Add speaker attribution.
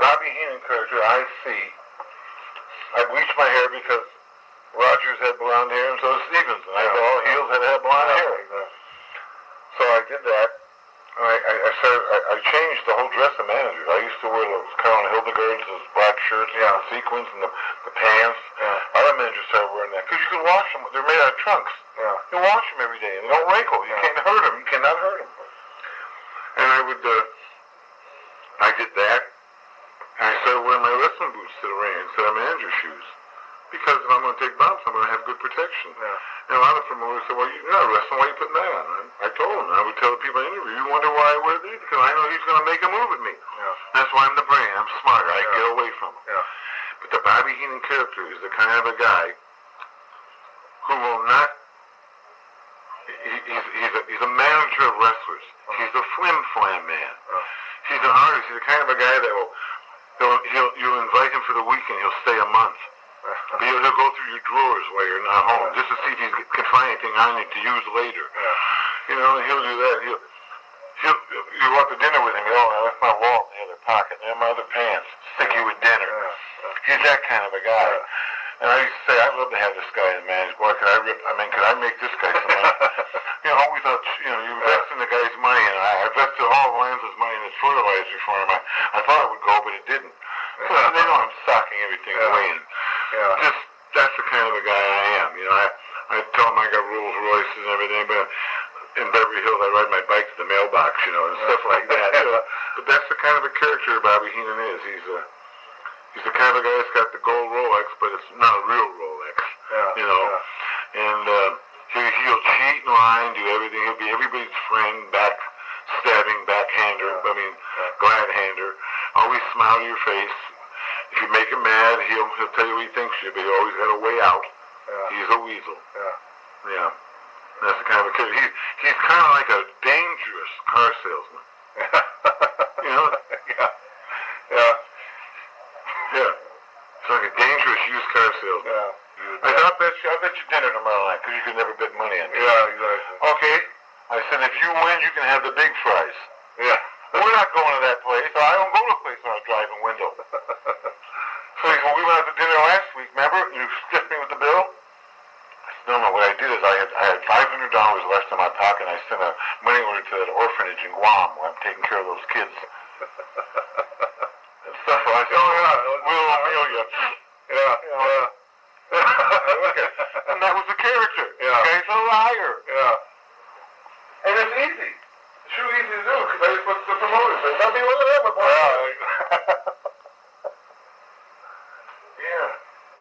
Speaker 1: happy healing character I see. I bleached my hair because Rogers had blonde hair and so did Stevenson. I thought all heels had had blonde hair. So I did that. And I, I, I started. I, I changed the whole dress of managers. I used to wear those Carolyn Hildegard's, those black shirts, yeah. the sequins, and the, the pants. Yeah. Other managers started wearing that because you can wash them. They're made out of trunks. Yeah. You wash them every day, and they don't wrinkle. You can't hurt them. You cannot hurt them. And I would. Uh, I did that, and I started wearing my wrestling boots to the ring instead of manager shoes. Because if I'm going to take bumps, I'm going to have good protection. And a lot of promoters said, well, you're not wrestling, why are you putting that on? I, I told them, I would tell the people I interview, you wonder why I wear these? Because I know he's going to make a move at me. That's why I'm the brain. I'm smarter. I
Speaker 2: Yeah.
Speaker 1: get away from him.
Speaker 2: Yeah.
Speaker 1: But the Bobby Heenan character is the kind of a guy who will not... He, he's, he's, a, he's a manager of wrestlers.
Speaker 2: Uh-huh.
Speaker 1: He's a flim-flam man. He's an artist. He's the kind of a guy that will... He'll, he'll, you'll invite him for the weekend. He'll stay a month. But He'll, he'll go through your drawers while you're not home just to see if he can find anything on you to use later. You know, and he'll do that. He'll, he'll, you go out to dinner with him. You know, I left my wallet in the other pocket. And my other pants. Stick you with dinner. He's that kind of a guy. And I used to say, I'd love to have this guy as manager. Boy, could I rip, I mean, could I make this guy some money? you know, I always thought, you know, you invest in the guy's money, and I, I invested all of Lanza's money in his fertilizer farm. I, I thought it would go, but it didn't. So they know I'm socking everything
Speaker 2: Yeah.
Speaker 1: away. And, just that's the kind of a guy I am. You know, I I tell them I got Rolls Royces and everything, but in Beverly Hills I ride my bike to the mailbox, you know, and stuff like that. you know. But that's the kind of a character Bobby Heenan is. He's a he's the kind of a guy that's got the gold Rolex, but it's not a real Rolex, you know. And uh, he he'll cheat and lie and do everything. He'll be everybody's friend, backstabbing, backhander. I mean, glad hander. Always smile to your face. If you make him mad, he'll, he'll tell you what he thinks you, but he always got a way out. He's a weasel. Yeah. Yeah. That's the kind of a kid. He, he's kind of like a dangerous car salesman. You know? yeah. Yeah. Yeah. It's like a dangerous used car salesman. I said, I'll bet you, I'll bet you dinner tomorrow night because you can never bet money on me. Yeah, exactly. Okay. I said, if you win, you can have the big fries. Yeah. We're not going to that place. I don't go to a place on a driving window. so he said, we went out to dinner last week, remember? You stiffed me with the bill? I said, no, no, what I did is I had, I had $500 left in my pocket and I sent a money order to that orphanage in Guam where I'm taking care of those kids. and stuff. I said, oh, yeah. We'll meal you. Yeah, yeah. and that was the character. Yeah. guy's a liar. Yeah. And it's easy. It's real easy to do because I just went to the promoters. I'll be one of them. Yeah.